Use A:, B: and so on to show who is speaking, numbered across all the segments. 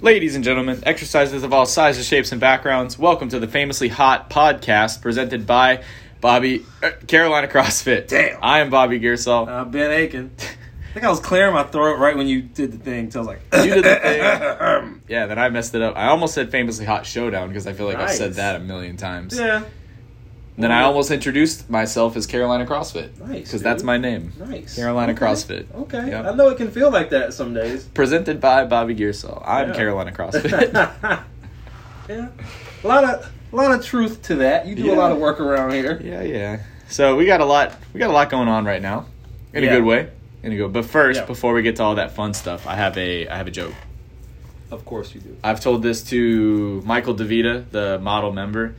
A: Ladies and gentlemen, exercises of all sizes, shapes, and backgrounds, welcome to the Famously Hot podcast presented by Bobby er, Carolina CrossFit.
B: Damn.
A: I am Bobby Gearsall.
B: Uh, ben Aiken. I think I was clearing my throat right when you did the thing. So I was like,
A: you did the thing. yeah, then I messed it up. I almost said Famously Hot Showdown because I feel like I've said
B: Nice.
A: that a million times.
B: yeah,
A: And then I almost introduced myself as Carolina CrossFit.
B: Nice,
A: Because that's
B: dude.
A: my name.
B: nice.
A: Carolina
B: Okay.
A: CrossFit.
B: Okay,
A: Yep.
B: I know it can feel like that some days.
A: Presented by Bobby Gearsall. I'm
B: Yeah.
A: Carolina CrossFit.
B: yeah, a lot of a lot of truth to that. You do
A: Yeah.
B: a lot of work around here.
A: yeah, yeah. So we got a lot. We got a lot going on right now, in a
B: Yeah.
A: good way. In a good. But first,
B: Yeah.
A: before we get to all that fun stuff, I have a I have a joke.
B: Of course you do.
A: I've told this to Michael DeVita, the model member.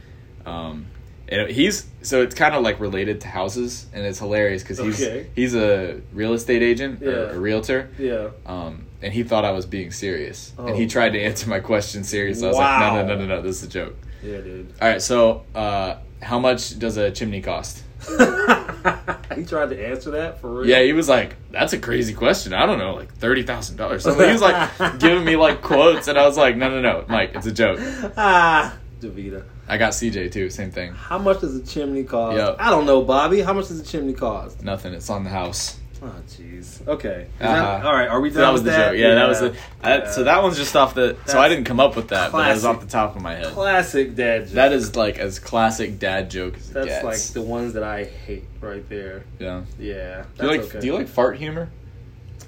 A: Um, and he's so it's kind of like related to houses, and it's hilarious because he's
B: Okay.
A: he's a real estate agent or
B: Yeah.
A: a realtor.
B: Yeah.
A: Um, and he thought I was being serious, and he
B: Oh.
A: tried to answer my question serious. I was
B: Wow.
A: like, no, no, no, no, no, this is a joke.
B: Yeah, dude.
A: All right, so uh, how much does a chimney cost?
B: he tried to answer that for real.
A: Yeah, he was like, "That's a crazy question. I don't know, like thirty thousand dollars." So he was like giving me like quotes, and I was like, "No, no, no, Mike, it's a joke."
B: Ah, Davita.
A: I got CJ too, same thing.
B: How much does a chimney cost?
A: Yep.
B: I don't know, Bobby. How much does a chimney cost?
A: Nothing. It's on the house.
B: Oh, jeez. Okay. Is that,
A: Uh-huh.
B: all right. Are we
A: So
B: done?
A: that was the
B: with that?
A: joke. Yeah, that was the. I, so that one's just off the. so I
B: That's
A: didn't come up with that, but it was
B: classic.
A: off the top of my head.
B: classic dad joke.
A: That is like as classic dad joke as it
B: That's
A: gets.
B: like the ones that I hate right there.
A: yeah.
B: Yeah.
A: Do you
B: that's
A: like
B: okay.
A: Do you like fart humor?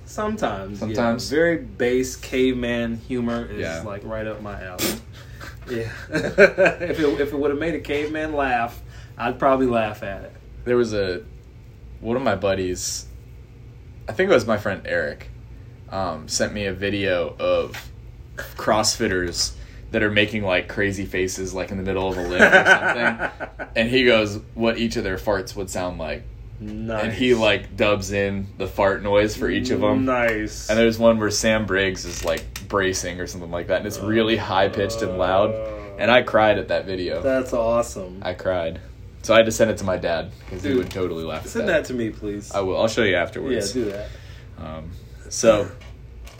B: Sometimes. yeah.
A: Sometimes.
B: Very base caveman humor is
A: Yeah.
B: like right up my alley. yeah. if it if it would have made a caveman laugh, I'd probably laugh at it.
A: There was a one of my buddies. I think it was my friend Eric. Um, sent me a video of CrossFitters that are making like crazy faces, like in the middle of a lift or something. And he goes, "What each of their farts would sound like."
B: nice.
A: and he like dubs in the fart noise for each of them.
B: Nice.
A: And there's one where Sam Briggs is like bracing or something like that, and it's really high pitched and loud. And I cried at that video.
B: That's awesome.
A: I cried, so I had to send it to my dad because he
B: Dude,
A: would totally laugh.
B: Send
A: at
B: that to me, please.
A: I will. I'll show you
B: yeah,
A: afterwards.
B: do that.
A: Um, so,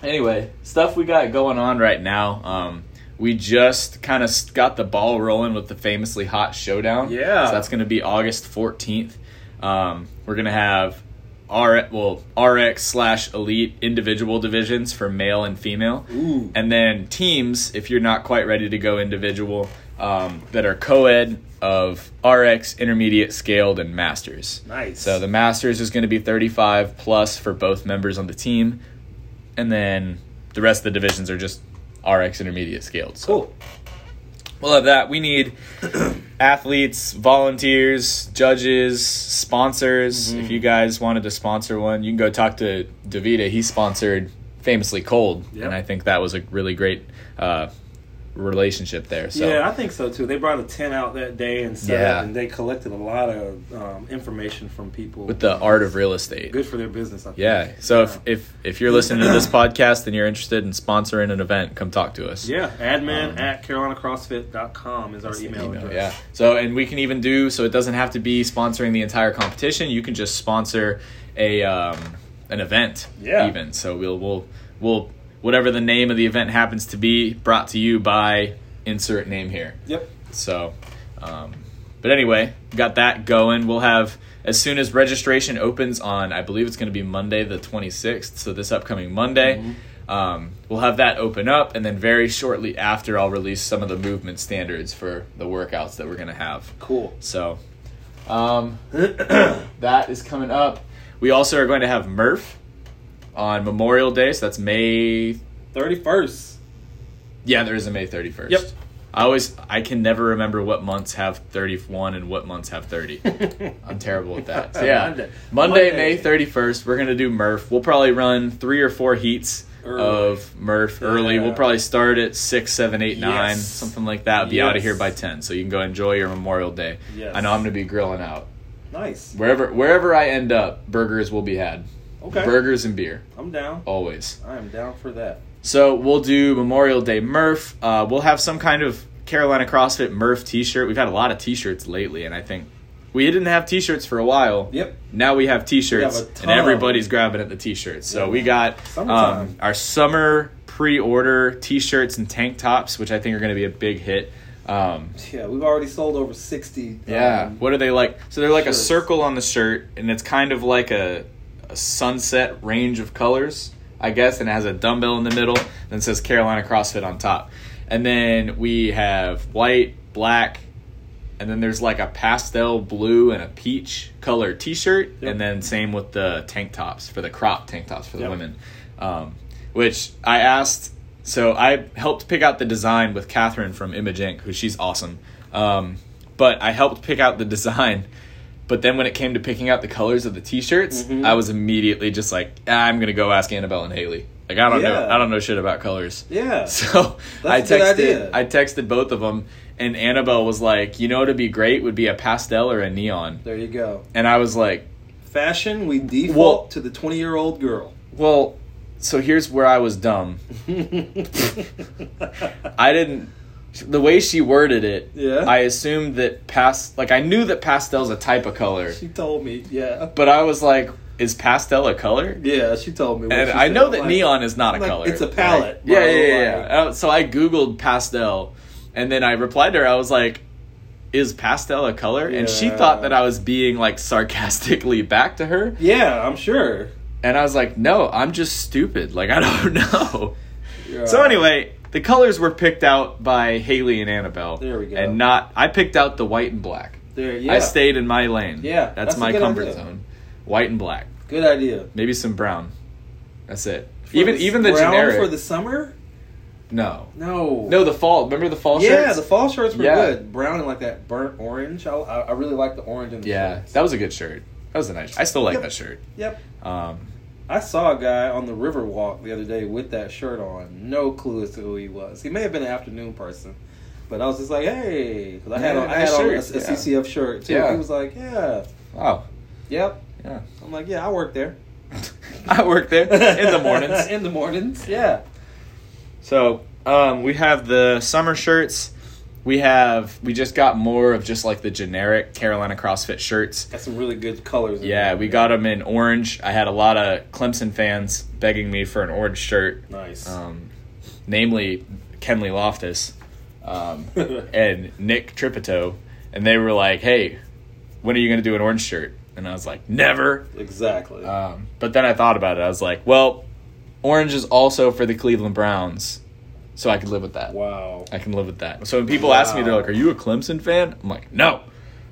A: anyway, stuff we got going on right now. Um, we just kind of got the ball rolling with the famously hot showdown.
B: Yeah.
A: So that's going to be August 14th. Um, we're going to have R well RX slash elite individual divisions for male and female,
B: Ooh.
A: and then teams if you're not quite ready to go individual um, that are co-ed of RX, intermediate, scaled, and masters.
B: Nice.
A: So the Masters is going to be 35 plus for both members on the team. And then the rest of the divisions are just RX intermediate scaled. So
B: cool.
A: we'll have that. We need athletes, volunteers, judges, sponsors.
B: Mm-hmm.
A: If you guys wanted to sponsor one, you can go talk to Davita. He sponsored famously cold.
B: Yep.
A: And I think that was a really great uh, relationship there. So
B: Yeah, I think so too. They brought a tent out that day and set
A: Yeah.
B: up, and they collected a lot of um, information from people.
A: with the art of real estate.
B: good for their business. I think.
A: Yeah. So if, if if you're listening to this podcast and you're interested in sponsoring an event, come talk to us.
B: yeah, admin at carolinacrossfit.com is our email,
A: Um, Email,
B: address.
A: yeah. So and we can even do so it doesn't have to be sponsoring the entire competition. You can just sponsor a um, an event.
B: Yeah.
A: Even so, we'll we'll we'll whatever the name of the event happens to be, brought to you by insert name here.
B: Yep.
A: So, um, but anyway, got that going. We'll have as soon as registration opens on, I believe it's going to be Monday the 26th. So this upcoming Monday, um, we'll have that open up, and then very shortly after, I'll release some of the movement standards for the workouts that we're going to have.
B: Cool.
A: So, um, that is coming up. We also are going to have Murph on Memorial Day. So that's May
B: Thirty first.
A: yeah, there is a May 31st.
B: Yep.
A: I always I can never remember what months have 31 and what months have 30. I'm terrible at that. So yeah. Monday,
B: Monday.
A: May 31st, we're going to do Murph. We'll probably run 3 or 4 heats
B: Early.
A: of Murph early. We'll
B: Yeah.
A: probably start at six, seven, eight, nine,
B: Yes.
A: something like that. Be out of here
B: Yes.
A: by 10. So you can go enjoy your Memorial Day.
B: Yes.
A: I know I'm going to be grilling out.
B: Nice.
A: Wherever wherever I end up, burgers will be had.
B: Okay.
A: Burgers and beer
B: I'm down.
A: always.
B: I am down for that.
A: So we'll do Memorial Day Murph. Uh, we'll have some kind of Carolina CrossFit Murph T-shirt. We've had a lot of T-shirts lately, and I think we didn't have T-shirts for a while.
B: Yep.
A: Now we have T-shirts,
B: We have a
A: and
B: ton.
A: everybody's grabbing at the T-shirts. So
B: Yeah.
A: we got
B: Summertime.
A: um, our summer pre-order T-shirts and tank tops, which I think are going to be a big hit. Um,
B: Yeah, we've already sold over sixty.
A: yeah.
B: um,
A: what are they like? So they're like
B: shirts.
A: a circle on the shirt, and it's kind of like a, a sunset range of colors, I guess, and it has a dumbbell in the middle, then says Carolina CrossFit on top. And then we have white, black, and then there's like a pastel blue and a peach color T-shirt,
B: Yep.
A: and then same with the tank tops for the crop tank tops for the
B: Yep.
A: women, um, which I asked. So I helped pick out the design with Catherine from Image Inc., who she's awesome. Um, but I helped pick out the design. But then when it came to picking out the colors of the T-shirts,
B: Mhm.
A: I was immediately just like, "Ah, I'm gonna go ask Annabelle and Haley. Like I don't know,
B: Yeah.
A: I don't know shit about colors.
B: yeah.
A: So I
B: That's a good idea.
A: texted I texted both of them and Annabelle was like, "You know what would be great would be a pastel or a neon."
B: There you go.
A: And I was like,
B: Fashion, we default
A: Well-
B: to the twenty-year-old girl.
A: "Well, so here's where I was dumb.
B: I,
A: I didn't the way she worded it,
B: Yeah.
A: I assumed that past like I knew that pastel's a type of color,
B: she told me. Yeah.
A: but I was like, is pastel a color?
B: Yeah, she told me. what
A: And
B: she
A: I
B: said.
A: know
B: I'm
A: that
B: like,
A: neon is not a
B: like,
A: color.
B: it's a palette,
A: Like, yeah,
B: bro,
A: yeah, yeah.
B: like-
A: yeah. Uh, So I googled pastel, and then I replied to her. I was like, "Is pastel a color?" And she
B: Yeah.
A: thought that I was being like sarcastically back to her,
B: Yeah, I'm sure.
A: and I was like, "No, I'm just stupid. Like I don't know."
B: Yeah.
A: So anyway, the colors were picked out by Haley and Annabelle.
B: There we go.
A: And not I picked out the white and black.
B: there, yeah,
A: I stayed in my lane.
B: Yeah,
A: that's,
B: that's a
A: my
B: good
A: comfort
B: idea.
A: zone. White and black,
B: good idea.
A: maybe some brown. That's it.
B: For
A: even
B: s-
A: even the
B: brown
A: generic.
B: for the summer.
A: No.
B: No,
A: No, the fall. Remember the fall
B: yeah,
A: shirts?
B: the fall shirts were
A: Yeah.
B: good. Brown and like that burnt orange. I, I I really like the orange in the
A: yeah,
B: shirts.
A: that was a good shirt. That was a nice. I still like
B: Yep.
A: that shirt.
B: Yep.
A: Um,
B: I saw a guy on the river walk the other day with that shirt on. No clue as to who he was. He may have been an afternoon person, but I was just like, hey, 'cause I had
A: Yeah,
B: on, I had
A: nice
B: on a,
A: shirt,
B: a
A: yeah.
B: CCF shirt too.
A: Yeah.
B: He was like, yeah,
A: wow.
B: yep.
A: Yeah.
B: I'm like, yeah, I work there
A: I work there in the mornings.
B: in the mornings, yeah.
A: So um, we have the summer shirts. We have we just got more of just like the generic Carolina CrossFit shirts.
B: Got some really good colors. in
A: Yeah,
B: there.
A: we got them in orange. I had a lot of Clemson fans begging me for an orange shirt,
B: nice.
A: um, namely Kenley Loftus. Um, and Nick Tripito, and they were like, "Hey, when are you going to do an orange shirt?" And I was like, "Never."
B: exactly.
A: Um, but then I thought about it. I was like, "Well, orange is also for the Cleveland Browns, so I could live with that.
B: wow.
A: I can live with that." So when people ask me, they're
B: Wow.
A: like, "Are you a Clemson fan?" I'm like, "No,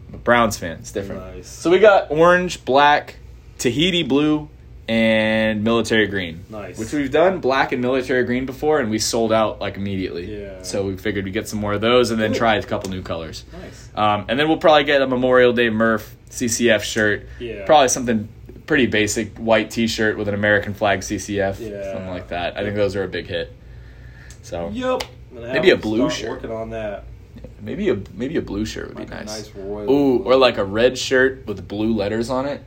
A: I'm a Browns fan. It's different."
B: Nice.
A: So we got orange, black, Tahiti blue, and military green.
B: Nice.
A: Which we've done black and military green before, and we sold out like immediately.
B: Yeah.
A: So we figured we'd get some more of those and then
B: Cool.
A: try a couple new colors.
B: nice.
A: Um, and then we'll probably get a Memorial Day Murph CCF shirt.
B: Yeah.
A: Probably something pretty basic white t shirt with an American flag CCF.
B: Yeah.
A: Something like that. I think those are a big hit. So
B: Yep. I'm gonna have
A: Maybe a
B: to
A: blue
B: start
A: shirt.
B: Working on that.
A: maybe a maybe a blue shirt would
B: Like
A: be
B: a
A: nice.
B: nice royal.
A: Ooh,
B: blue.
A: or like a red shirt with blue letters on it.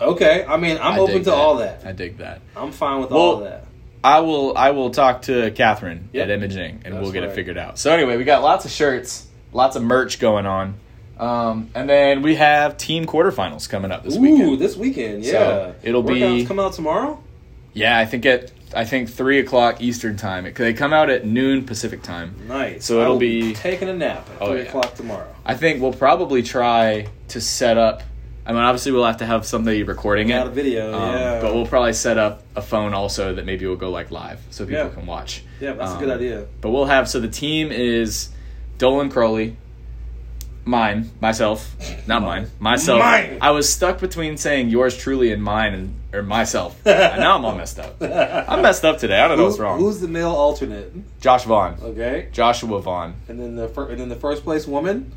B: Okay. I mean, I'm
A: I
B: open
A: dig
B: to all that.
A: I dig that.
B: I'm fine with
A: Well,
B: all that.
A: I will I will talk to Catherine
B: Yep.
A: at Imaging and we'll
B: That's
A: get it
B: right.
A: figured out. So anyway, we got lots of shirts, lots of merch going on. Um, and then we have team quarterfinals coming up this
B: Ooh,
A: weekend.
B: this weekend. Yeah.
A: So, it'll be-
B: Workouts come out tomorrow.
A: Yeah, I think at I think three o'clock Eastern time. It, they come out at noon Pacific time.
B: Nice.
A: So it'll
B: I will
A: be-
B: taking a nap at
A: Oh,
B: three
A: yeah.
B: o'clock tomorrow.
A: I think we'll probably try to set up. I mean, obviously we'll have to have somebody recording
B: Got a
A: it.
B: video.
A: Um,
B: yeah.
A: But we'll probably set up a phone also that maybe will go like live so people
B: Yeah.
A: can watch.
B: yeah, that's
A: um,
B: a good idea.
A: But we'll have so the team is Dolan Crowley, mine, myself, not mine, myself.
B: Mine!
A: I was stuck between saying yours truly and mine and or myself. and now I'm all messed up. I'm messed up today. I don't know what's
B: Who-
A: wrong.
B: Who's the male alternate?
A: Josh Vaughn,
B: Okay.
A: Joshua Vaughn,
B: And then the fir- and then the first place woman,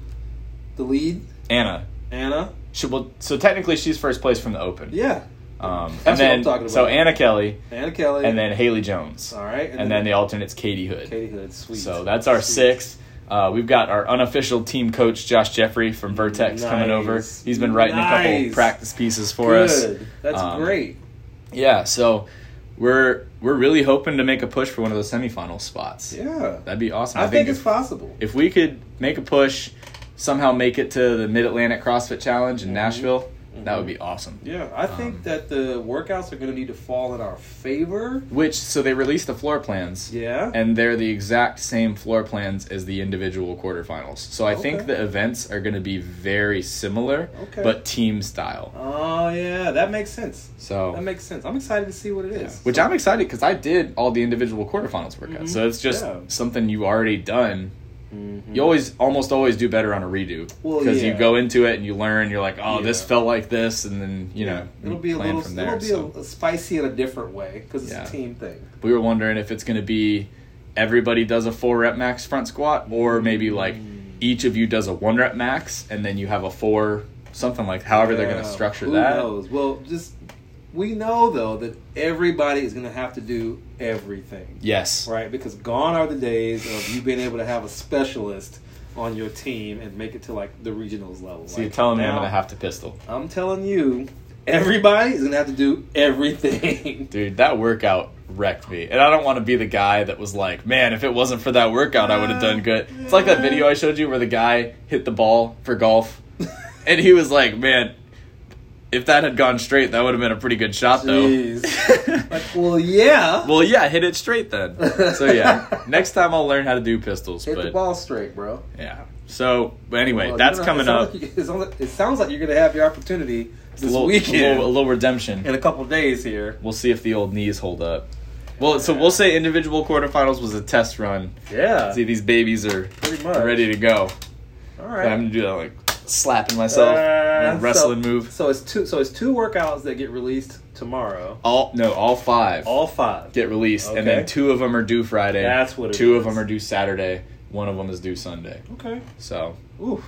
B: the lead
A: Anna.
B: Anna.
A: She will, so technically she's first place from the open.
B: Yeah.
A: Um,
B: That's what I'm
A: and then
B: talking
A: so
B: about.
A: Anna Kelly
B: Anna Kelly.
A: and then Haley Jones.
B: all right,
A: And then the alternate's Katie Hood.
B: Katie Hood. Sweet.
A: So that's our
B: Sweet.
A: sixth. Uh, we've got our unofficial team coach Josh Jeffrey from Vertex coming over.
B: Nice.
A: He's been writing a couple
B: Nice.
A: practice pieces for us.
B: Good. That's
A: Um,
B: great.
A: Yeah, so we're we're really hoping to make a push for one of those semifinal spots.
B: Yeah.
A: That'd be awesome.
B: I, think, it's
A: if,
B: possible.
A: if we could make a push, somehow make it to the Mid Atlantic CrossFit Challenge in Nashville, That would be awesome.
B: Mm-hmm. Yeah, I think
A: Um,
B: that the workouts are going to need to fall in our favor.
A: Which so they released the floor plans.
B: Yeah.
A: And they're the exact same floor plans as the individual quarterfinals. So I think
B: Okay.
A: the events are going to be very similar,
B: Okay.
A: but team style.
B: Oh yeah, that makes sense.
A: So
B: That makes sense. I'm excited to see what it is.
A: Oh. Which I'm excited because I did all the individual quarterfinals workouts.
B: Mhm.
A: So it's just
B: Yeah.
A: something you've already done.
B: Mhm.
A: You always, almost always do better on a redo because
B: Well, yeah.
A: you go into it and you learn. You're like, oh, this
B: Yeah.
A: felt like this, and then you
B: Yeah.
A: know,
B: it'll
A: you
B: be a
A: plan
B: little,
A: from there.
B: it'll be
A: so
B: a, spicy in a different way because it's
A: Yeah.
B: a team thing.
A: we were wondering if it's going to be everybody does a four rep max front squat, or maybe like
B: Mm.
A: each of you does a one rep max, and then you have a four something like however they're going to
B: Yeah,
A: structure
B: Who
A: that.
B: knows? Well, just we know though that everybody is going to have to do everything,
A: Yes,
B: right? Because gone are the days of you being able to have a specialist on your team and make it to like the regionals level.
A: so you're
B: Like,
A: telling me I'm
B: now-
A: going to have to pistol,
B: I'm telling you, everybody is going to have to do everything.
A: dude. That workout wrecked me, and I don't want to be the guy that was like, man, if it wasn't for that workout, I would have done good. It's like that video I showed you where the guy hit the ball for golf. And he was like, man, if that had gone straight, that would have been a pretty good shot,
B: Jeez.
A: though.
B: like, well, yeah.
A: well, yeah, hit it straight then. So, yeah, next time I'll learn how to do pistols.
B: Hit
A: but,
B: the ball straight, bro.
A: yeah. So, but anyway,
B: Well, you're
A: that's coming
B: gonna- it sounds
A: up.
B: like you- it sounds like- it sounds like you're going to have your opportunity this
A: a, little, a
B: weekend.
A: little- a little redemption.
B: in a couple days here.
A: We'll see if the old knees hold up. Well, so we'll say individual quarterfinals was a test run.
B: Yeah,
A: See, these babies are
B: pretty much.
A: ready to go.
B: All
A: But I'm
B: right.
A: gonna do that like slapping myself,
B: Uh,
A: wrestling
B: so-
A: move.
B: So it's two. So it's two workouts that get released tomorrow.
A: All no, all five.
B: All five.
A: get released, and then
B: Okay.
A: two of them are due Friday.
B: That's what it
A: Two of
B: is.
A: them are due Saturday. One of them is due Sunday.
B: Okay.
A: So
B: Oof.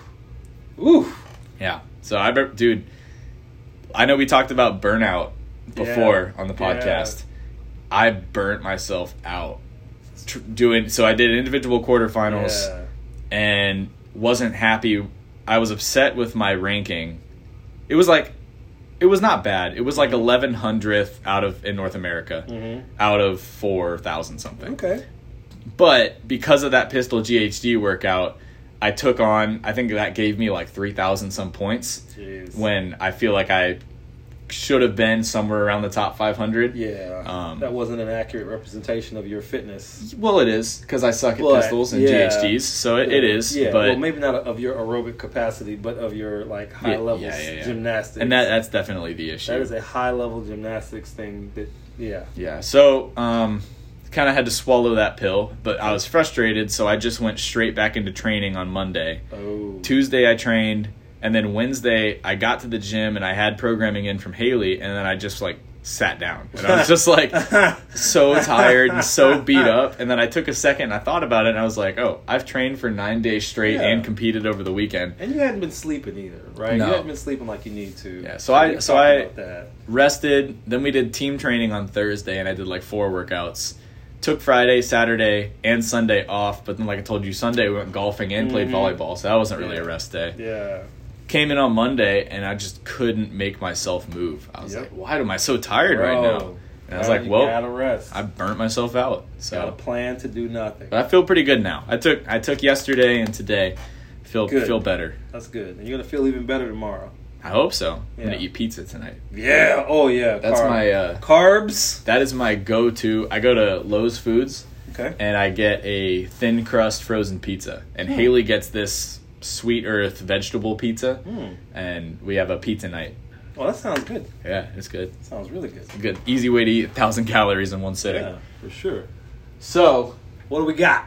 B: Oof.
A: yeah. So I bet, dude. I know we talked about burnout before on the
B: Yeah.
A: podcast. I burnt myself out tr- doing. So I did individual quarterfinals
B: Yeah.
A: and wasn't happy. I was upset with my ranking. It was like, it was not bad. It was like eleven hundredth out of in North America, out of four thousand something.
B: Mm-hmm. Okay.
A: But because of that pistol GHD workout, I took on, I think that gave me like 3,000 some points
B: Jeez.
A: when I feel like I should have been somewhere around the top 500.
B: Yeah.
A: Um,
B: that wasn't an accurate representation of your fitness.
A: Well, it is because I suck at
B: But,
A: pistols and
B: yeah.
A: GHDs, so it, it is.
B: Yeah.
A: but
B: well, maybe not of your aerobic capacity, but of your like high
A: Yeah,
B: level
A: yeah, yeah, yeah.
B: gymnastics.
A: and that that's definitely the issue.
B: that is a high level gymnastics thing. That yeah.
A: Yeah. So, um, kind of had to swallow that pill, but I was frustrated, so I just went straight back into training on Monday.
B: Oh.
A: Tuesday I trained, and then Wednesday I got to the gym and I had programming in from Haley, and then I just like sat down and I was just like so tired and so beat up. And then I took a second and I thought about it and I was like, oh, I've trained for nine days straight
B: Yeah.
A: and competed over the weekend.
B: And you hadn't been sleeping either, right?
A: No.
B: You hadn't been sleeping like you need to.
A: Yeah, so I-
B: We
A: so
B: talked
A: I-
B: about that.
A: Rested. Then we did team training on Thursday and I did like four workouts. Took Friday, Saturday, and Sunday off, but then like I told you, Sunday we went golfing and played
B: Mhm.
A: volleyball, so that wasn't really
B: Yeah.
A: a rest day.
B: Yeah.
A: came in on Monday and I just couldn't make myself move. I was
B: Yep.
A: like, why am I so tired right
B: Bro.
A: now? And I was
B: Now
A: like,
B: you
A: well,
B: gotta rest.
A: I burnt myself out.
B: got a
A: So,
B: plan to do nothing.
A: but I feel pretty good now. I took I took yesterday and today. Feel
B: Good.
A: feel better.
B: That's good. And you're gonna feel even better tomorrow.
A: I hope so. I'm
B: Yeah.
A: gonna eat pizza tonight.
B: Yeah. Oh yeah.
A: That's
B: Carb.
A: my uh,
B: carbs.
A: that is my go to. I go to Lowe's Foods
B: Okay.
A: and I get a thin crust frozen pizza. And
B: Hmm.
A: Haley gets this sweet earth vegetable pizza,
B: Hmm.
A: and we have a pizza night.
B: Well, that sounds good.
A: Yeah, it's good.
B: Sounds really good.
A: Good, easy way to eat a thousand calories in one sitting.
B: Yeah, for sure.
A: So
B: What do we got?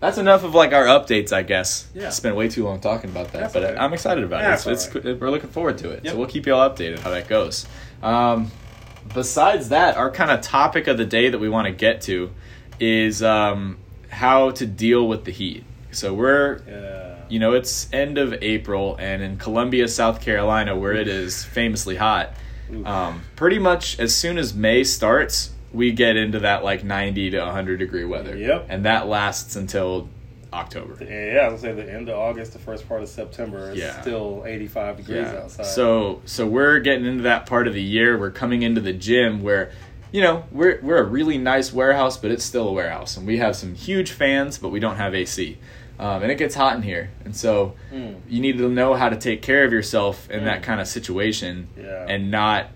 A: that's enough of like our updates, I guess.
B: Yeah.
A: Spent way too long talking about that,
B: That's
A: but
B: all right.
A: I'm excited about
B: That's
A: it. It's, it's, We're looking forward to it.
B: Yep.
A: So we'll keep y'all updated how that goes. Um, besides that, our kind of topic of the day that we want to get to is um, how to deal with the heat. So we're
B: Yeah.
A: you know it's end of April, and in Columbia, South Carolina, where it is famously hot.
B: Ooh.
A: Um, pretty much as soon as May starts, we get into that like 90 to 100 degree weather.
B: Yep.
A: And that lasts until October.
B: yeah, I was gonna say the end of August, the first part of September is
A: Yeah.
B: still 85 degrees outside.
A: So so we're getting into that part of the year. We're coming into the gym where you know, we're we're a really nice warehouse, but it's still a warehouse and we have some huge fans, but we don't have AC. um, and it gets hot in here, and so
B: Mm.
A: you need to know how to take care of yourself in that
B: Mm.
A: kind of situation,
B: Yeah.
A: and not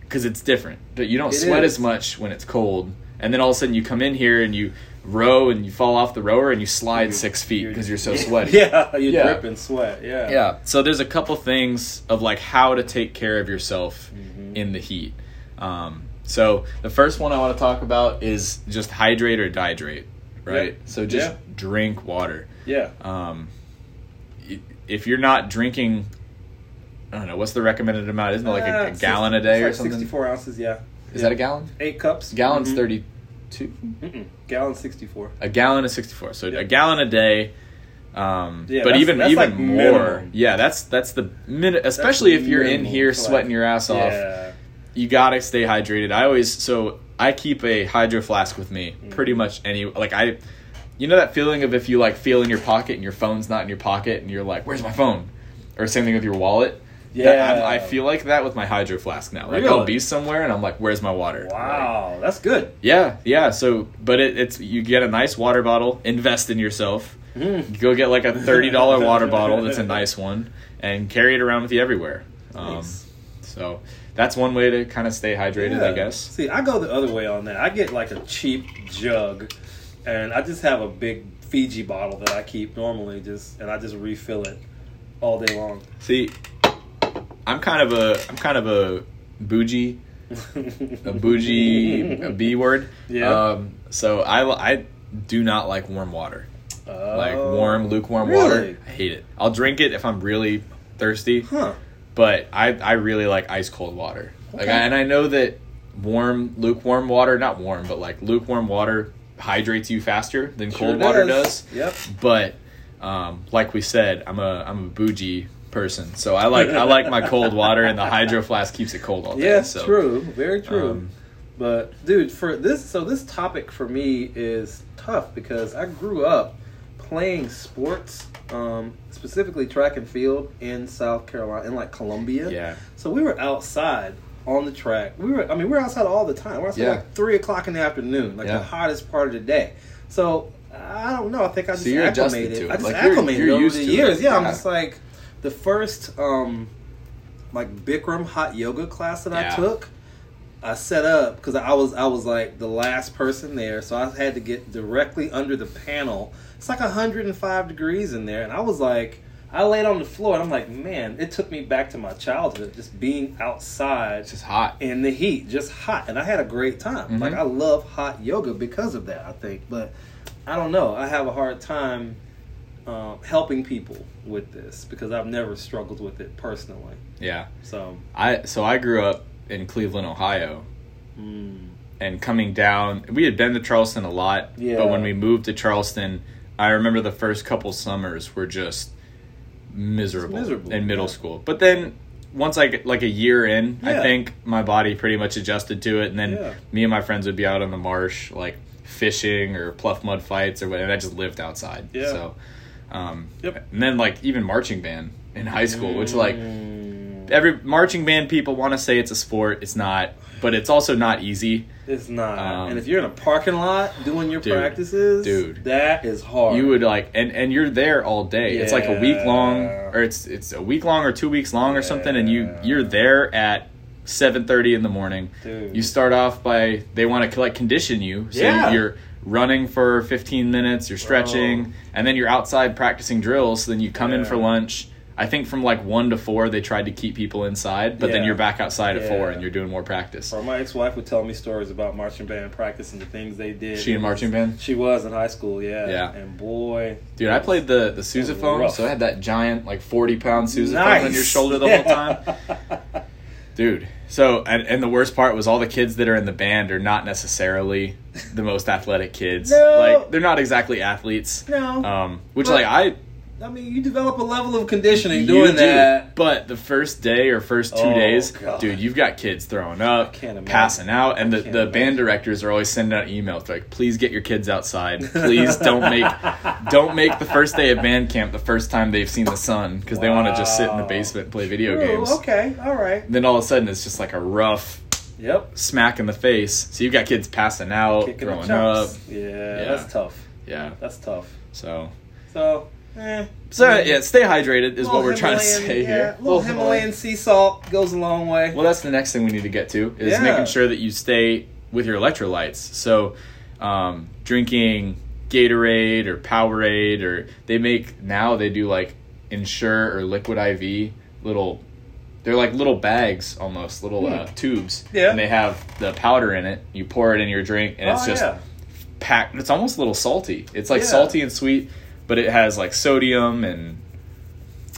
A: because it's different. But you don't
B: It
A: sweat
B: is.
A: as much when it's cold, and then all of a sudden you come in here and you row and you fall off the rower and you slide
B: You're-
A: six feet because you're so
B: Yeah,
A: sweaty.
B: Yeah, you're
A: Yeah.
B: dripping sweat. Yeah.
A: Yeah. So there's a couple things of like how to take care of yourself
B: Mhm.
A: in the heat. Um, so the first one I want to talk about is just hydrate or dehydrate, right?
B: Yeah.
A: So just
B: Yeah.
A: drink water.
B: Yeah.
A: Um, i- if you're not drinking, I don't know what's the recommended amount. Isn't it like
B: Uh,
A: a, a
B: it's
A: gallon a
B: six-
A: day
B: it's
A: or
B: like
A: something?
B: Sixty-four ounces. Yeah.
A: Is
B: Yeah.
A: that a gallon?
B: Eight cups.
A: Gallon's
B: Mhm.
A: thirty-two.
B: Mm-mm. Gallon sixty-four.
A: A gallon is sixty-four. So
B: Yeah.
A: a gallon a day. Um,
B: Yeah,
A: but
B: that's-
A: even
B: that's
A: even
B: like
A: more,
B: minimum.
A: yeah, that's that's the min. Especially if you're in
B: minimum
A: here
B: sweat.
A: sweating your ass off,
B: Yeah.
A: you gotta stay hydrated. I always so I keep a hydro flask with me
B: Mm.
A: pretty much any like I you know that feeling of if you like feel in your pocket and your phone's not in your pocket and you're like, Where's my phone? Or same thing with your wallet. That-
B: Yeah.
A: I, I feel like that with my hydro flask now. Like
B: Really?
A: I'll be somewhere and I'm like, Where's my water? Like,
B: Wow, that's good.
A: yeah, yeah. So but it, it's you get a nice water bottle, invest in yourself.
B: Mm.
A: Go get like a thirty dollar water bottle that's a nice one and carry it around with you everywhere. Um,
B: Nice.
A: so that's one way to kind of stay hydrated, I
B: Yeah.
A: guess.
B: See, I go the other way on that. I get like a cheap jug, and I just have a big Fiji bottle that I keep normally, just and I just refill it all day long.
A: See, I'm kind of a I'm kind of a bougie, a bougie a B word.
B: Yeah.
A: Um, so I li- I do not like warm water,
B: Oh.
A: like warm lukewarm
B: Really?
A: water. I hate it. I'll drink it if I'm really thirsty,
B: Huh.
A: but I I really like ice cold water. Like
B: Okay.
A: I, and I know that warm lukewarm water, not warm, but like lukewarm water hydrates you faster than
B: Sure
A: cold water does.
B: Yep.
A: but um, like we said, I'm a I'm a bougie person, so I like I like my cold water, and the hydro flask keeps it cold all day.
B: Yeah,
A: so,
B: true. Very true.
A: um,
B: but dude, for this so this topic for me is tough because I grew up playing sports, um, specifically track and field in South Carolina, in like Columbia.
A: Yeah,
B: So we were outside on the track. We were, I mean, we were outside all the time. We were outside
A: Yeah.
B: like three o'clock in the afternoon, like
A: Yeah.
B: the hottest part of the day. So I don't know. I think I just
A: So you're adjusted
B: acclimated.
A: to it.
B: I just
A: Like, you're-
B: acclimated
A: you're
B: over
A: used
B: the
A: to it.
B: years. Yeah, I'm
A: Yeah.
B: just like the first um like Bikram hot yoga class that
A: Yeah.
B: I took. I set up because I was I was like the last person there, so I had to get directly under the panel. It's like 105 degrees in there, and I was like, I laid on the floor, and I'm like, man, it took me back to my childhood, just being outside
A: it's just hot.
B: in the heat, just hot, and I had a great time.
A: Mhm.
B: Like I love hot yoga because of that. I think, but I don't know. I have a hard time um, helping people with this because I've never struggled with it personally.
A: Yeah,
B: So,
A: I so I grew up in Cleveland, Ohio,
B: mm,
A: and coming down, we had been to Charleston a lot,
B: Yeah.
A: but when we moved to Charleston, I remember the first couple summers were just miserable,
B: It's miserable,
A: in middle
B: yeah.
A: school. But then once I get like a year in, I
B: Yeah.
A: think my body pretty much adjusted to it, and then
B: Yeah.
A: me and my friends would be out on the marsh like fishing or pluff mud fights or whatever. And I just lived outside,
B: Yeah.
A: so. Um,
B: Yep.
A: And then like even marching band in high school, which like
B: Mm,
A: every marching band people want to say it's a sport, it's not, but it's also not easy.
B: it's not.
A: um,
B: and if you're in a parking lot doing your
A: Dude,
B: practices,
A: dude.
B: that is hard.
A: you would like and and you're there all day it's like a week long
B: Yeah.
A: or it's it's a week long or two weeks long or something and you
B: Yeah.
A: you're there at 7.30 in the morning
B: Dude.
A: you start off by they want to like condition you so
B: Yeah.
A: you're running for 15 minutes you're stretching
B: Bro.
A: and then you're outside practicing drills so then you come in for
B: Oh. Yeah.
A: lunch i think from like 1 to 4 they tried to keep people inside but then
B: Yeah.
A: you're back outside at 4
B: Yeah.
A: and you're doing more practice
B: Or my ex-wife would tell me stories about marching band practice and the things they did.
A: She in marching band?
B: She was in high school, yeah.
A: Yeah.
B: And boy,
A: Dude, I played the the sousaphone,
B: rough.
A: so I had that giant like forty pound sousaphone on your shoulder the whole time.
B: time.
A: Dude, so and, and the worst part was all the kids that are in the band are not necessarily the most athletic kids.
B: No.
A: Like they're not exactly athletes.
B: no,
A: Um, which
B: But
A: like I
B: I mean you develop a level of conditioning
A: you
B: doing
A: do,
B: that.
A: but the first day or first two
B: Oh,
A: days,
B: God.
A: dude, you've got kids throwing up,
B: can't imagine.
A: passing out, and the,
B: can't
A: the
B: imagine.
A: band directors are always sending out emails like, "Please get your kids outside. Please don't make don't make the first day of band camp the first time they've seen the sun because they want to just sit in the
B: Wow.
A: basement and play video
B: True,
A: games."
B: Okay, all right.
A: And then all of a sudden, it's just like a rough
B: Yep.
A: smack in the face. So you've got kids passing out,
B: Kicking the
A: throwing up.
B: chops. Yeah,
A: Yeah.
B: that's tough.
A: Yeah.
B: That's tough.
A: So
B: So, eh.
A: So yeah, stay hydrated is what
B: Little
A: we're trying to
B: Himalayan-
A: say
B: yeah,
A: here.
B: Little
C: Little
B: Himalayan sea salt goes a long way.
A: Well, that's the next thing we need to get to is
B: Yeah.
A: making sure that you stay with your electrolytes. So, um, drinking Gatorade or Powerade, or they make now they do like Ensure or Liquid IV little. They're like little bags almost, little uh, tubes.
B: Hmm. Yeah.
A: And they have the powder in it. You pour it in your drink, and it's
B: Oh,
A: just
B: yeah.
A: packed. It's almost a little salty. It's like
B: Yeah.
A: salty and sweet, but it has like sodium and.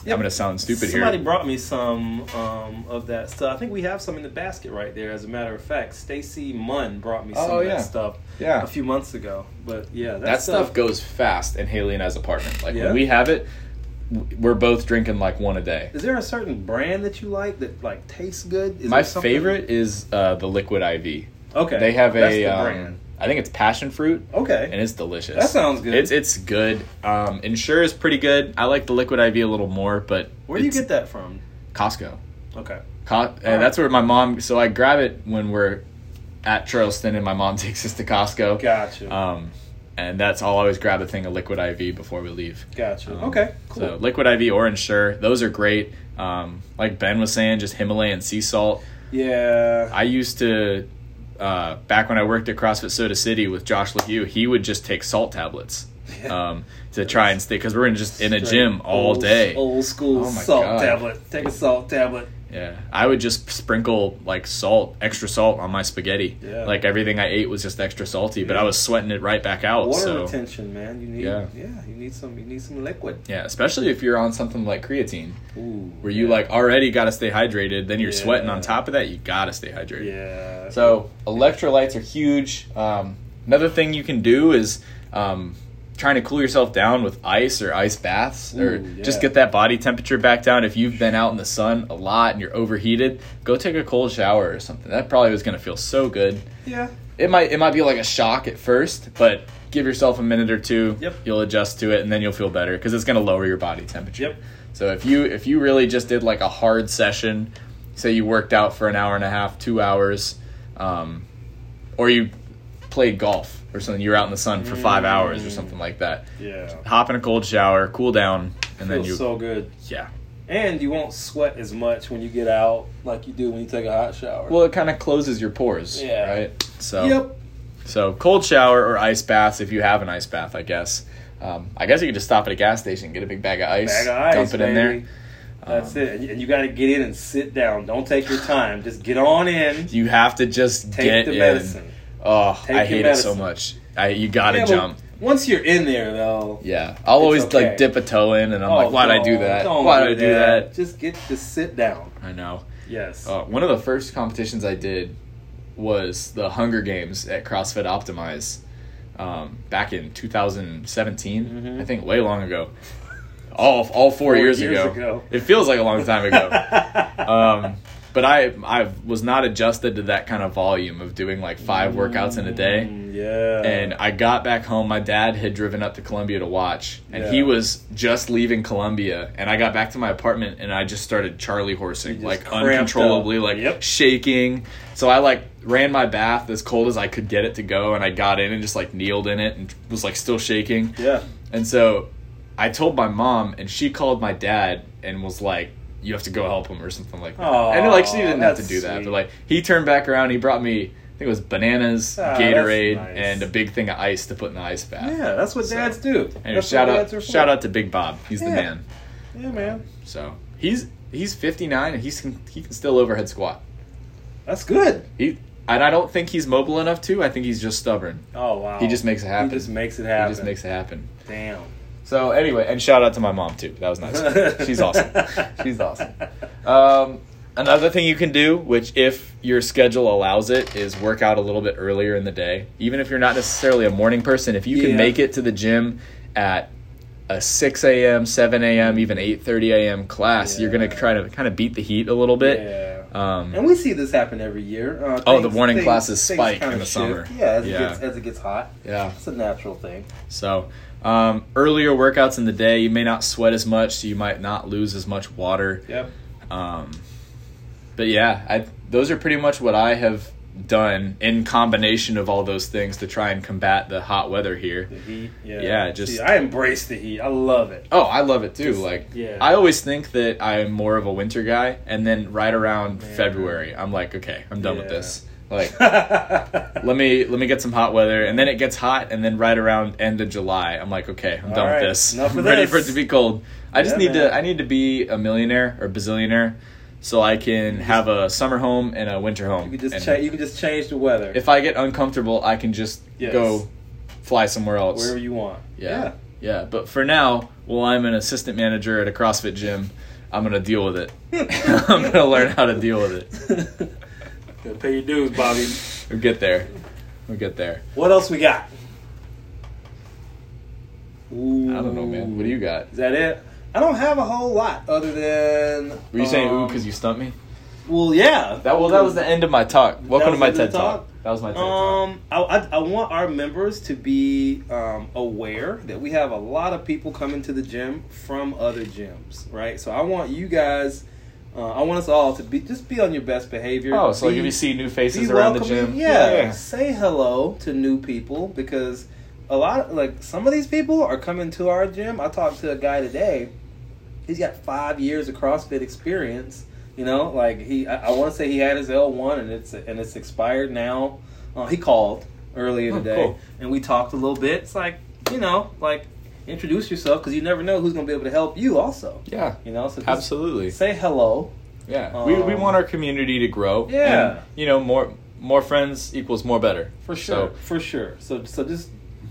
B: Yep.
A: I'm gonna sound stupid
B: Somebody
A: here.
B: brought me some um, of that stuff. I think we have some in the basket right there. As a matter of fact, Stacy Munn brought me some
A: Oh,
B: of
A: yeah.
B: that stuff
A: Yeah.
B: a few months ago. But yeah, that,
A: that stuff goes fast in Haley and I's apartment. Like
B: Yeah.
A: when we have it, w- we're both drinking like one a day.
B: Is there a certain brand that you like that like tastes good? Is
A: My
B: there something-
A: favorite is uh, the liquid IV.
B: Okay,
A: They have
B: that's
A: a,
B: the
A: um,
B: brand.
A: I think it's passion fruit,
B: Okay,
A: and it's delicious.
B: That sounds good.
A: It's it's good. Um, Ensure is pretty good. I like the liquid IV a little more, but
B: where do you
A: it's
B: get that from?
A: Costco?
B: Okay,
A: Co- and that's where my mom. So I grab it when we're at Charleston, and my mom takes us to Costco.
B: gotcha,
A: Um, and that's I'll always grab a thing of liquid IV before we leave.
B: gotcha.
A: Um,
B: okay, cool.
A: So liquid IV or Ensure, those are great. Um, like Ben was saying, just Himalayan sea salt.
B: yeah,
A: I used to, uh, back when I worked at CrossFit Soda City with Josh LaHue, he would just take salt tablets um, to try and stay because we're in just in a
B: Straight
A: gym all
B: old-
A: day.
B: Old school
A: Oh my
B: salt
A: God.
B: tablet. Take a salt tablet.
A: Yeah, I would just sprinkle like salt, extra salt on my spaghetti.
B: Yeah.
A: Like everything I ate was just extra salty, but
B: Yeah.
A: I was sweating it right back out. Oh,
B: Water
A: so
B: retention, man. You need
A: Yeah.
B: yeah. you need some you need some liquid.
A: yeah, especially if you're on something like creatine,
B: Ooh.
A: where you
B: yeah.
A: like already got to stay hydrated, then you're
B: Yeah.
A: sweating on top of that. You got to stay hydrated.
B: Yeah.
A: So electrolytes are huge. Um, another thing you can do is um, trying to cool yourself down with ice or ice baths, or
B: Ooh, yeah.
A: just get that body temperature back down. If you've been out in the sun a lot and you're overheated, go take a cold shower or something. That probably was going to feel so good.
B: Yeah.
A: It might it might be like a shock at first, but give yourself a minute or two.
B: Yep.
A: You'll adjust to it, and then you'll feel better because it's going to lower your body temperature.
B: Yep.
A: So if you if you really just did like a hard session, say you worked out for an hour and a half, two hours, um, or you played golf or something, you were out in the sun for five
B: Mm.
A: hours or something like that.
B: Yeah.
A: Hop in a cold shower, cool down, and then
B: Feels
A: you
B: so good.
A: yeah.
B: And you won't sweat as much when you get out like you do when you take a hot shower.
A: Well, it kind of closes your pores,
B: Yeah.
A: right? So
B: yep.
A: so cold shower or ice baths if you have an ice bath, I guess. Um, I guess you could just stop at a gas station, get a big bag of ice,
B: Bag of ice,
A: dump it in there. Um,
B: baby. That's it. And you- And you got to get in and sit down. Don't take your time. Just get on in.
A: You have to just
B: Take
A: get
B: the
A: in.
B: medicine.
A: Oh,
B: Take
A: I
B: your
A: hate it so
B: medicine.
A: much. I you gotta
B: Yeah, but
A: jump.
B: Once you're in there though.
A: Yeah, I'll always
B: okay.
A: like dip a toe in, and I'm
B: oh,
A: like, why'd I do
B: don't-
A: that?
B: don't
A: Why'd I do that?
B: Just get to sit down.
A: I know.
B: Yes.
A: Uh, one of the first competitions I did was the Hunger Games at CrossFit Optimize um, back in 2017.
B: Mhm.
A: I think way long ago. All all four,
B: Four
A: years,
B: years
A: ago.
B: ago.
A: It feels like a long time ago. um, but I I was not adjusted to that kind of volume of doing like five workouts in a day.
B: Mm, Yeah.
A: and I got back home. My dad had driven up to Columbia to watch, and he
B: Yeah.
A: was just leaving Columbia. And I got back to my apartment, and I just started Charlie horsing,
B: just
A: like
B: cramped
A: uncontrollably,
B: up.
A: like
B: Yep.
A: shaking. So I like ran my bath as cold as I could get it to go, and I got in and just like kneeled in it and was like still shaking.
B: yeah.
A: And so I told my mom, and she called my dad and was like, "You have to go help him" or something like that.
B: Aw,
A: and like she didn't have to
B: that's
A: do that, but
B: sweet.
A: like he turned back around. He brought me, I think it was bananas,
B: Ah, that's
A: Gatorade,
B: nice.
A: and a big thing of ice to put in the ice bath.
B: Yeah, that's what
A: uh, So-
B: dads do.
A: Anyway,
B: That's
A: shout
B: what dads are
A: out,
B: for.
A: shout out to Big Bob. He's the
B: Yeah.
A: man.
B: Yeah, man.
A: So he's he's 59 and he's he can still overhead squat.
B: That's good.
A: He and I don't think he's mobile enough to. I think he's just stubborn.
B: Oh wow.
A: He just makes it happen.
B: He just makes it
A: He
B: happen.
A: just makes it happen.
B: Damn.
A: So anyway, and shout out to my mom too. That was nice. She's awesome. She's awesome. Um, another thing you can do, which if your schedule allows it, is work out a little bit earlier in the day. Even if you're not necessarily a morning person, if you can
B: Yeah.
A: make it to the gym at a 6 a.m., 7 a.m., even 8:30 a.m. class, you're gonna
B: Yeah.
A: try to kind of beat the heat a little bit.
B: Yeah.
A: Um,
B: And we see this happen every year. Uh,
A: Oh, the
B: things-
A: morning
B: things-
A: classes
B: things
A: spike
B: kinda
A: in the
B: shift.
A: summer.
B: Yeah, as,
A: Yeah.
B: It gets, as it gets hot.
A: yeah.
B: It's a natural thing.
A: So, um, earlier workouts in the day, you may not sweat as much, so you might not lose as much water.
B: Yep.
A: Um, but yeah, I, those are pretty much what I have done in combination of all those things to try and combat the hot weather here.
B: The heat. Yeah.
A: Yeah, just-
B: See, I embrace the heat. I love it.
A: Oh, I love it too.
B: Just,
A: like,
B: yeah.
A: I always think that I'm more of a winter guy, and then right around
B: Man.
A: February, I'm like, okay, I'm done with
B: Yeah.
A: this. Like,
B: Let
A: let me let me get some hot weather, and then it gets hot, and then right around end of July, I'm like, okay, I'm
B: All
A: done
B: right,
A: with this.
B: enough
A: I'm
B: of
A: ready
B: this.
A: for it to be cold. I just
B: Yeah,
A: need
B: man.
A: to I need to be a millionaire or bazillionaire, so I can have a summer home and a winter home.
B: You can just
A: And
B: cha- you can just change the weather
A: If I get uncomfortable, I can just
B: Yes.
A: go fly somewhere else.
B: wherever you want.
A: Yeah. yeah. But for now, while I'm an assistant manager at a CrossFit gym, I'm going to deal with it. I'm going to learn how to deal with it.
B: Gotta pay your dues, Bobby.
A: We'll get there. We'll get there.
B: What else we got?
A: I don't know, man. What do you got?
B: Is that it? I don't have a whole lot other than.
A: Were you saying ooh
B: um,
A: because you stumped me?
B: Well, yeah.
A: That well, that was the end of my talk. Welcome to
B: was
A: my
B: the end of
A: TED
B: the
A: talk.
B: talk?
A: That was my TED talk.
B: Um, I, I, I want our members to be um, aware that we have a lot of people coming to the gym from other gyms, right? So I want you guys, uh, I want us all to be just be on your best behavior.
A: Oh, so like
B: Be-
A: if you see new
B: be
A: faces around the
B: welcoming.
A: gym,
B: Yeah. say hello to new people because a lot like some of these people are coming to our gym. I talked to a guy today. He's got five years of CrossFit experience. You know, like he, I, I want to say he had his L one and it's and it's expired now. Uh, he called earlier
A: Oh,
B: today
A: cool.
B: and we talked a little bit. It's like you know, like introduce yourself because you never know who's going to be able to help you. Also,
A: yeah,
B: you know, so just
A: absolutely.
B: say hello.
A: Yeah, we, we
B: Um,
A: want our community to grow.
B: Yeah.
A: and, you know more more friends equals more better
B: For
A: So,
B: sure, for sure. So so just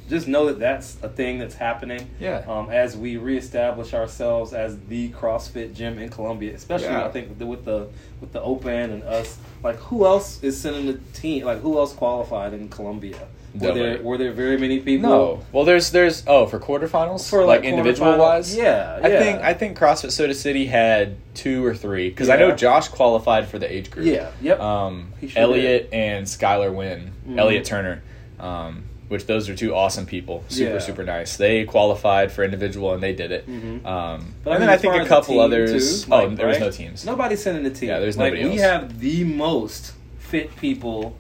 B: just know that that's a thing that's happening.
A: Yeah.
B: Um, as we reestablish ourselves as the CrossFit gym in Columbia, especially
A: Yeah.
B: I think with the, with the with the open and us, like who else is sending the team? Like who else qualified in Columbia? Were there
A: Nobody.
B: were there very many people?
A: No. Well, there's there's oh for quarterfinals
B: For, like,
A: like, individual wise.
B: quarterfinal- yeah,
A: I
B: yeah.
A: think I think CrossFit Soda City had two or three because I know
B: Yeah.
A: Josh qualified for the age group.
B: Yeah. Yep.
A: Um,
B: He sure
A: Elliot and Skylar Wynn,
B: Mhm.
A: Elliot Turner, um, which those are two awesome people. Super
B: Yeah.
A: super nice. They qualified for individual and they did it.
B: Mhm.
A: Um,
B: But
A: and then
B: mean,
A: I
B: as far
A: think a
B: as the
A: couple
B: team,
A: others.
B: too,
A: oh,
B: like,
A: there was
B: right?
A: no teams.
B: Nobody's sending the team.
A: Yeah, there's
B: like,
A: nobody
B: We
A: else.
B: have the most fit people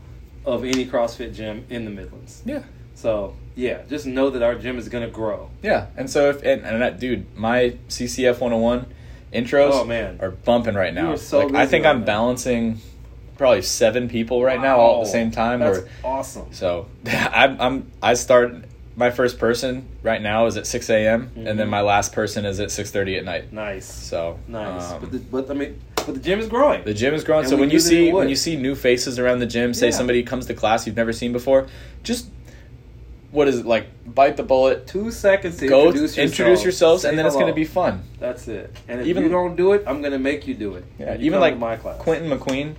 B: of any CrossFit gym in the Midlands.
A: Yeah.
B: So yeah, just know that our gym is gonna grow.
A: Yeah, and so if and, and that dude, my CCF 101 intros
B: Oh, man.
A: are bumping right now.
B: are so
A: Like, I
B: busy
A: think
B: right
A: I'm
B: now. balancing
A: balancing probably seven people right now all at
B: Wow.
A: the same time.
B: That's
A: or
B: awesome.
A: so I'm, I'm I start my first person right now is at 6 a.m. and
B: Mhm.
A: then my last person is at 6:30 at night.
B: Nice.
A: So
B: nice.
A: um,
B: but, the, but I mean, but the gym is growing.
A: the gym is growing.
B: And
A: So
B: we
A: when
B: knew
A: you
B: that
A: see
B: it would.
A: when you see new faces around the gym, say
B: Yeah.
A: somebody comes to class you've never seen before, just what is it like? Bite the bullet.
B: Two seconds to
A: Go
B: introduce, yourself.
A: yourselves,
B: Say
A: and then it's going to
B: hello.
A: be fun.
B: That's it. And if
A: Even-
B: you don't do it, I'm gonna make you do it.
A: Yeah,
B: When you
A: even
B: come
A: like
B: to my class.
A: Quentin McQueen,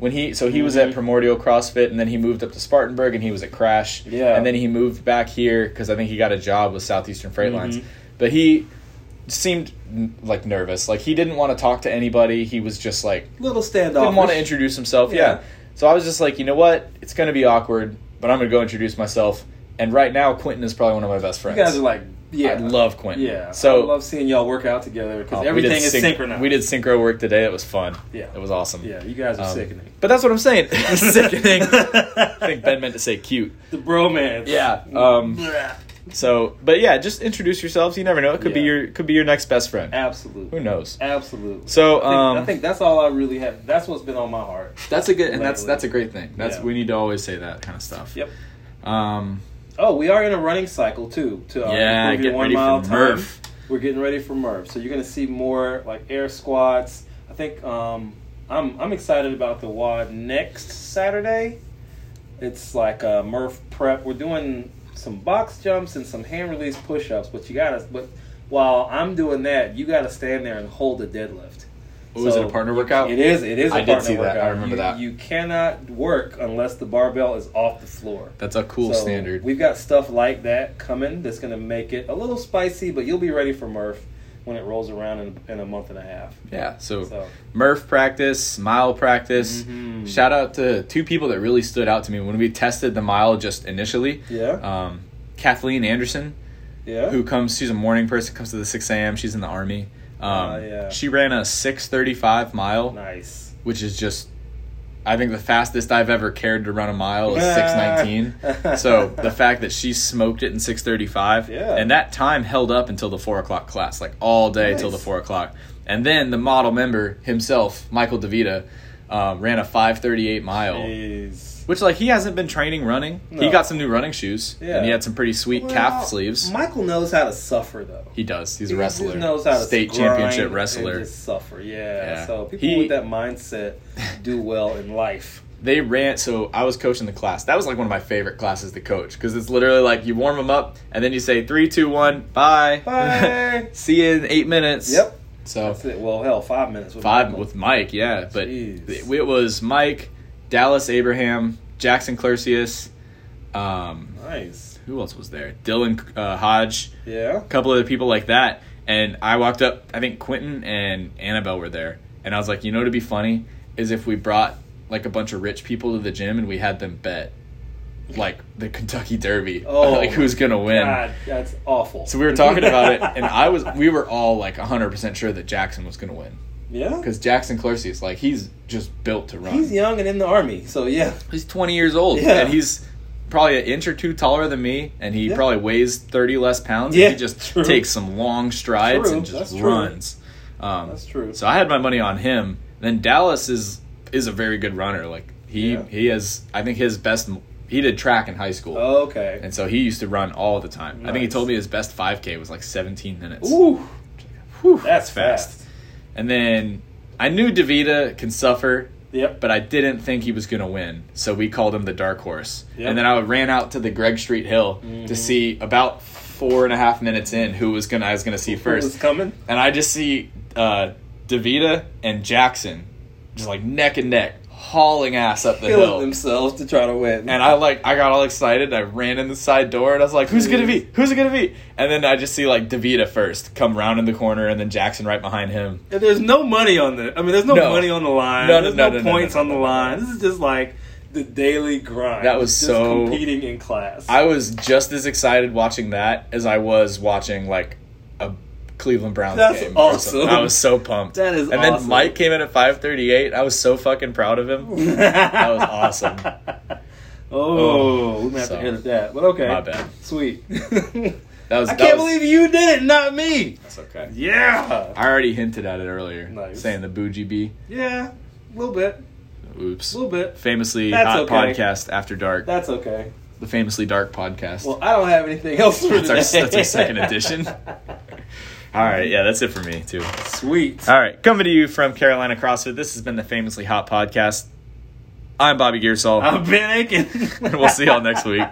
A: when he so he was at
B: Mhm.
A: Primordial CrossFit and then he moved up to Spartanburg and he was at Crash.
B: Yeah.
A: and then he moved back here because I think he got a job with Southeastern Freight Lines.
B: Mhm.
A: But he seemed n- like nervous, like he didn't want to talk to anybody. He was just like
B: little standoff.
A: didn't want to introduce himself. Yeah.
B: Yeah.
A: so I was just like, you know what, it's gonna be awkward, but I'm gonna go introduce myself. And right now, Quentin is probably one of my best
B: You
A: friends.
B: guys are like, yeah,
A: I love Quentin.
B: Yeah.
A: so
B: I love seeing y'all work out together
A: um,
B: because
A: we did
B: everything is
A: synch-
B: synchronized.
A: We did synchro work today. It was fun.
B: Yeah.
A: it was awesome.
B: Yeah, you guys are
A: Um,
B: sickening.
A: But that's what I'm saying. Sickening. I think Ben meant to say cute.
B: The bromance. Mm.
A: Yeah, um,
B: Blah.
A: So, but yeah, just introduce yourselves. You never know. It could be
B: Yeah.
A: your could be your next best friend.
B: Absolutely.
A: Who knows?
B: Absolutely.
A: So,
B: I think,
A: um,
B: I think that's all I really have. That's what's been on my heart.
A: that's a good and
B: Lately.
A: that's that's a great thing. That's
B: Yeah.
A: we need to always say that kind of stuff.
B: Yep.
A: Um,
B: Oh, we are in a running cycle too. To uh,
A: Yeah,
B: improve your
A: getting
B: one
A: ready for
B: mile time.
A: Murph.
B: We're getting ready for Murph, so you're going to see more like air squats. I think um, I'm I'm excited about the WAD next Saturday. It's like a Murph prep. We're doing some box jumps and some hand release push ups, but you got to. But while I'm doing that, you got to stand there and hold a deadlift.
A: oh, is it
B: So-
A: a partner workout?
B: It is. It is. a
A: I did
B: partner
A: see that. I
B: workout.
A: remember
B: You-
A: that.
B: You cannot work unless the barbell is off the floor.
A: That's a cool
B: So,
A: standard.
B: We've got stuff like that coming that's going to make it a little spicy, but you'll be ready for Murph when it rolls around in, in a month and a half.
A: yeah. So,
B: So
A: Murph practice, mile practice.
B: Mhm.
A: Shout out to two people that really stood out to me when we tested the mile just initially.
B: yeah,
A: Um, Kathleen Anderson,
B: yeah.
A: who comes she's a morning person comes to the 6 a.m she's in the army um,
B: Oh, yeah.
A: she ran a 635 mile
B: Nice.
A: which is just I think the fastest I've ever cared to run a mile is Oh, six nineteen. so the fact that she smoked it in six thirty five,
B: Yeah.
A: and that time held up until the four o'clock class, like all day till the
B: Nice.
A: four o'clock. And then the model member himself, Michael DeVita, um, ran a five thirty eight mile,
B: Jeez.
A: which like he hasn't been training running. He
B: No.
A: got some new running shoes,
B: Yeah.
A: and he had some pretty sweet
B: Well,
A: calf sleeves.
B: Michael knows how to suffer though.
A: he does. He's
B: He
A: a wrestler,
B: just knows how to
A: state
B: grind
A: championship
B: and
A: wrestler.
B: just suffer, yeah.
A: Yeah.
B: So people
A: He-
B: with that mindset do well in life.
A: they ran so i was coaching the class that was like one of my favorite classes to coach because it's literally like you warm them up and then you say three two one bye
B: Bye.
A: see you in eight minutes
B: Yep.
A: so
B: That's it. Well, hell, five minutes. With
A: five
B: Michael.
A: with mike yeah but
B: Jeez.
A: it, it was mike dallas abraham jackson clercius um,
B: nice.
A: who else was there dylan uh, hodge
B: Yeah.
A: a couple other people like that. And I walked up, I think Quentin and Annabelle were there. And I was like, you know, what'd be funny is if we brought like a bunch of rich people to the gym and we had them bet like the Kentucky Derby,
B: Oh,
A: like who's going to win.
B: God, that's awful.
A: So we were talking about it, and I was, we were all like 100% sure that Jackson was going to win.
B: yeah.
A: Because Jackson Clercius, like, he's just built to run.
B: He's young and in the army, so yeah.
A: He's 20 years old,
B: Yeah.
A: and he's probably an inch or two taller than me, and he
B: Yeah.
A: probably weighs 30 less pounds.
B: Yeah,
A: and he just
B: true.
A: takes some long strides
B: True,
A: and just
B: that's true.
A: runs. Um,
B: That's true.
A: So I had my money on him. Then Dallas is is a very good runner. Like he
B: Yeah.
A: he has, I think his best. He did track in high school,
B: Okay.
A: and so he used to run all the time. I think he
B: Oh. Nice.
A: told me his best 5K was like 17 minutes.
B: Ooh,
A: Whew,
B: that's fast.
A: And then I knew Davita can suffer
B: Yep.
A: but I didn't think he was going to win. So we called him the dark horse.
B: Yep.
A: And then I ran out to the Greg Street Hill to see about four and a half minutes in who was going to I was going to see
B: Who's
A: first.
B: coming?
A: And I just see uh, Davita and Jackson just like neck and neck hauling ass up the
B: Killing
A: hill.
B: themselves to try to win.
A: And I like I got all excited. and I ran in the side door and I was like, "Who's it gonna be? Who's it gonna be?" And then I just see like Davita first come round in the corner, and then Jackson right behind him.
B: And there's no money on the. I mean, there's no,
A: No.
B: money on the line.
A: No, no,
B: there's
A: no,
B: no,
A: no, no,
B: points
A: no,
B: on the
A: no, no.
B: line. This is just like the daily grind.
A: That was
B: Just
A: so-
B: competing in class.
A: I was just as excited watching that as I was watching like a Cleveland Browns
B: That's
A: game. or
B: awesome.
A: something. I was so pumped.
B: That is
A: And then
B: awesome.
A: Mike came in at 5:38. I was so fucking proud of him.
B: that
A: was awesome.
B: Oh, we might have
A: So,
B: to edit that, but okay.
A: my bad.
B: Sweet. I
A: That was. that
B: can't
A: was-
B: believe you did it, not me.
A: That's okay.
B: Yeah.
A: I already hinted at it earlier,
B: Nice.
A: saying the bougie bee.
B: Yeah. A little bit.
A: Oops.
B: A little bit.
A: Famously
B: That's
A: hot
B: okay.
A: podcast after dark.
B: That's okay.
A: the famously dark podcast.
B: Well, I don't have anything else for
A: That's our-
B: today.
A: that's our second edition. All right, yeah, that's it for me too.
B: Sweet.
A: All right, coming to you from Carolina CrossFit. This has been the famously hot podcast. I'm Bobby Gearsall.
B: I'm Ben Aiken.
A: and we'll see y'all next week.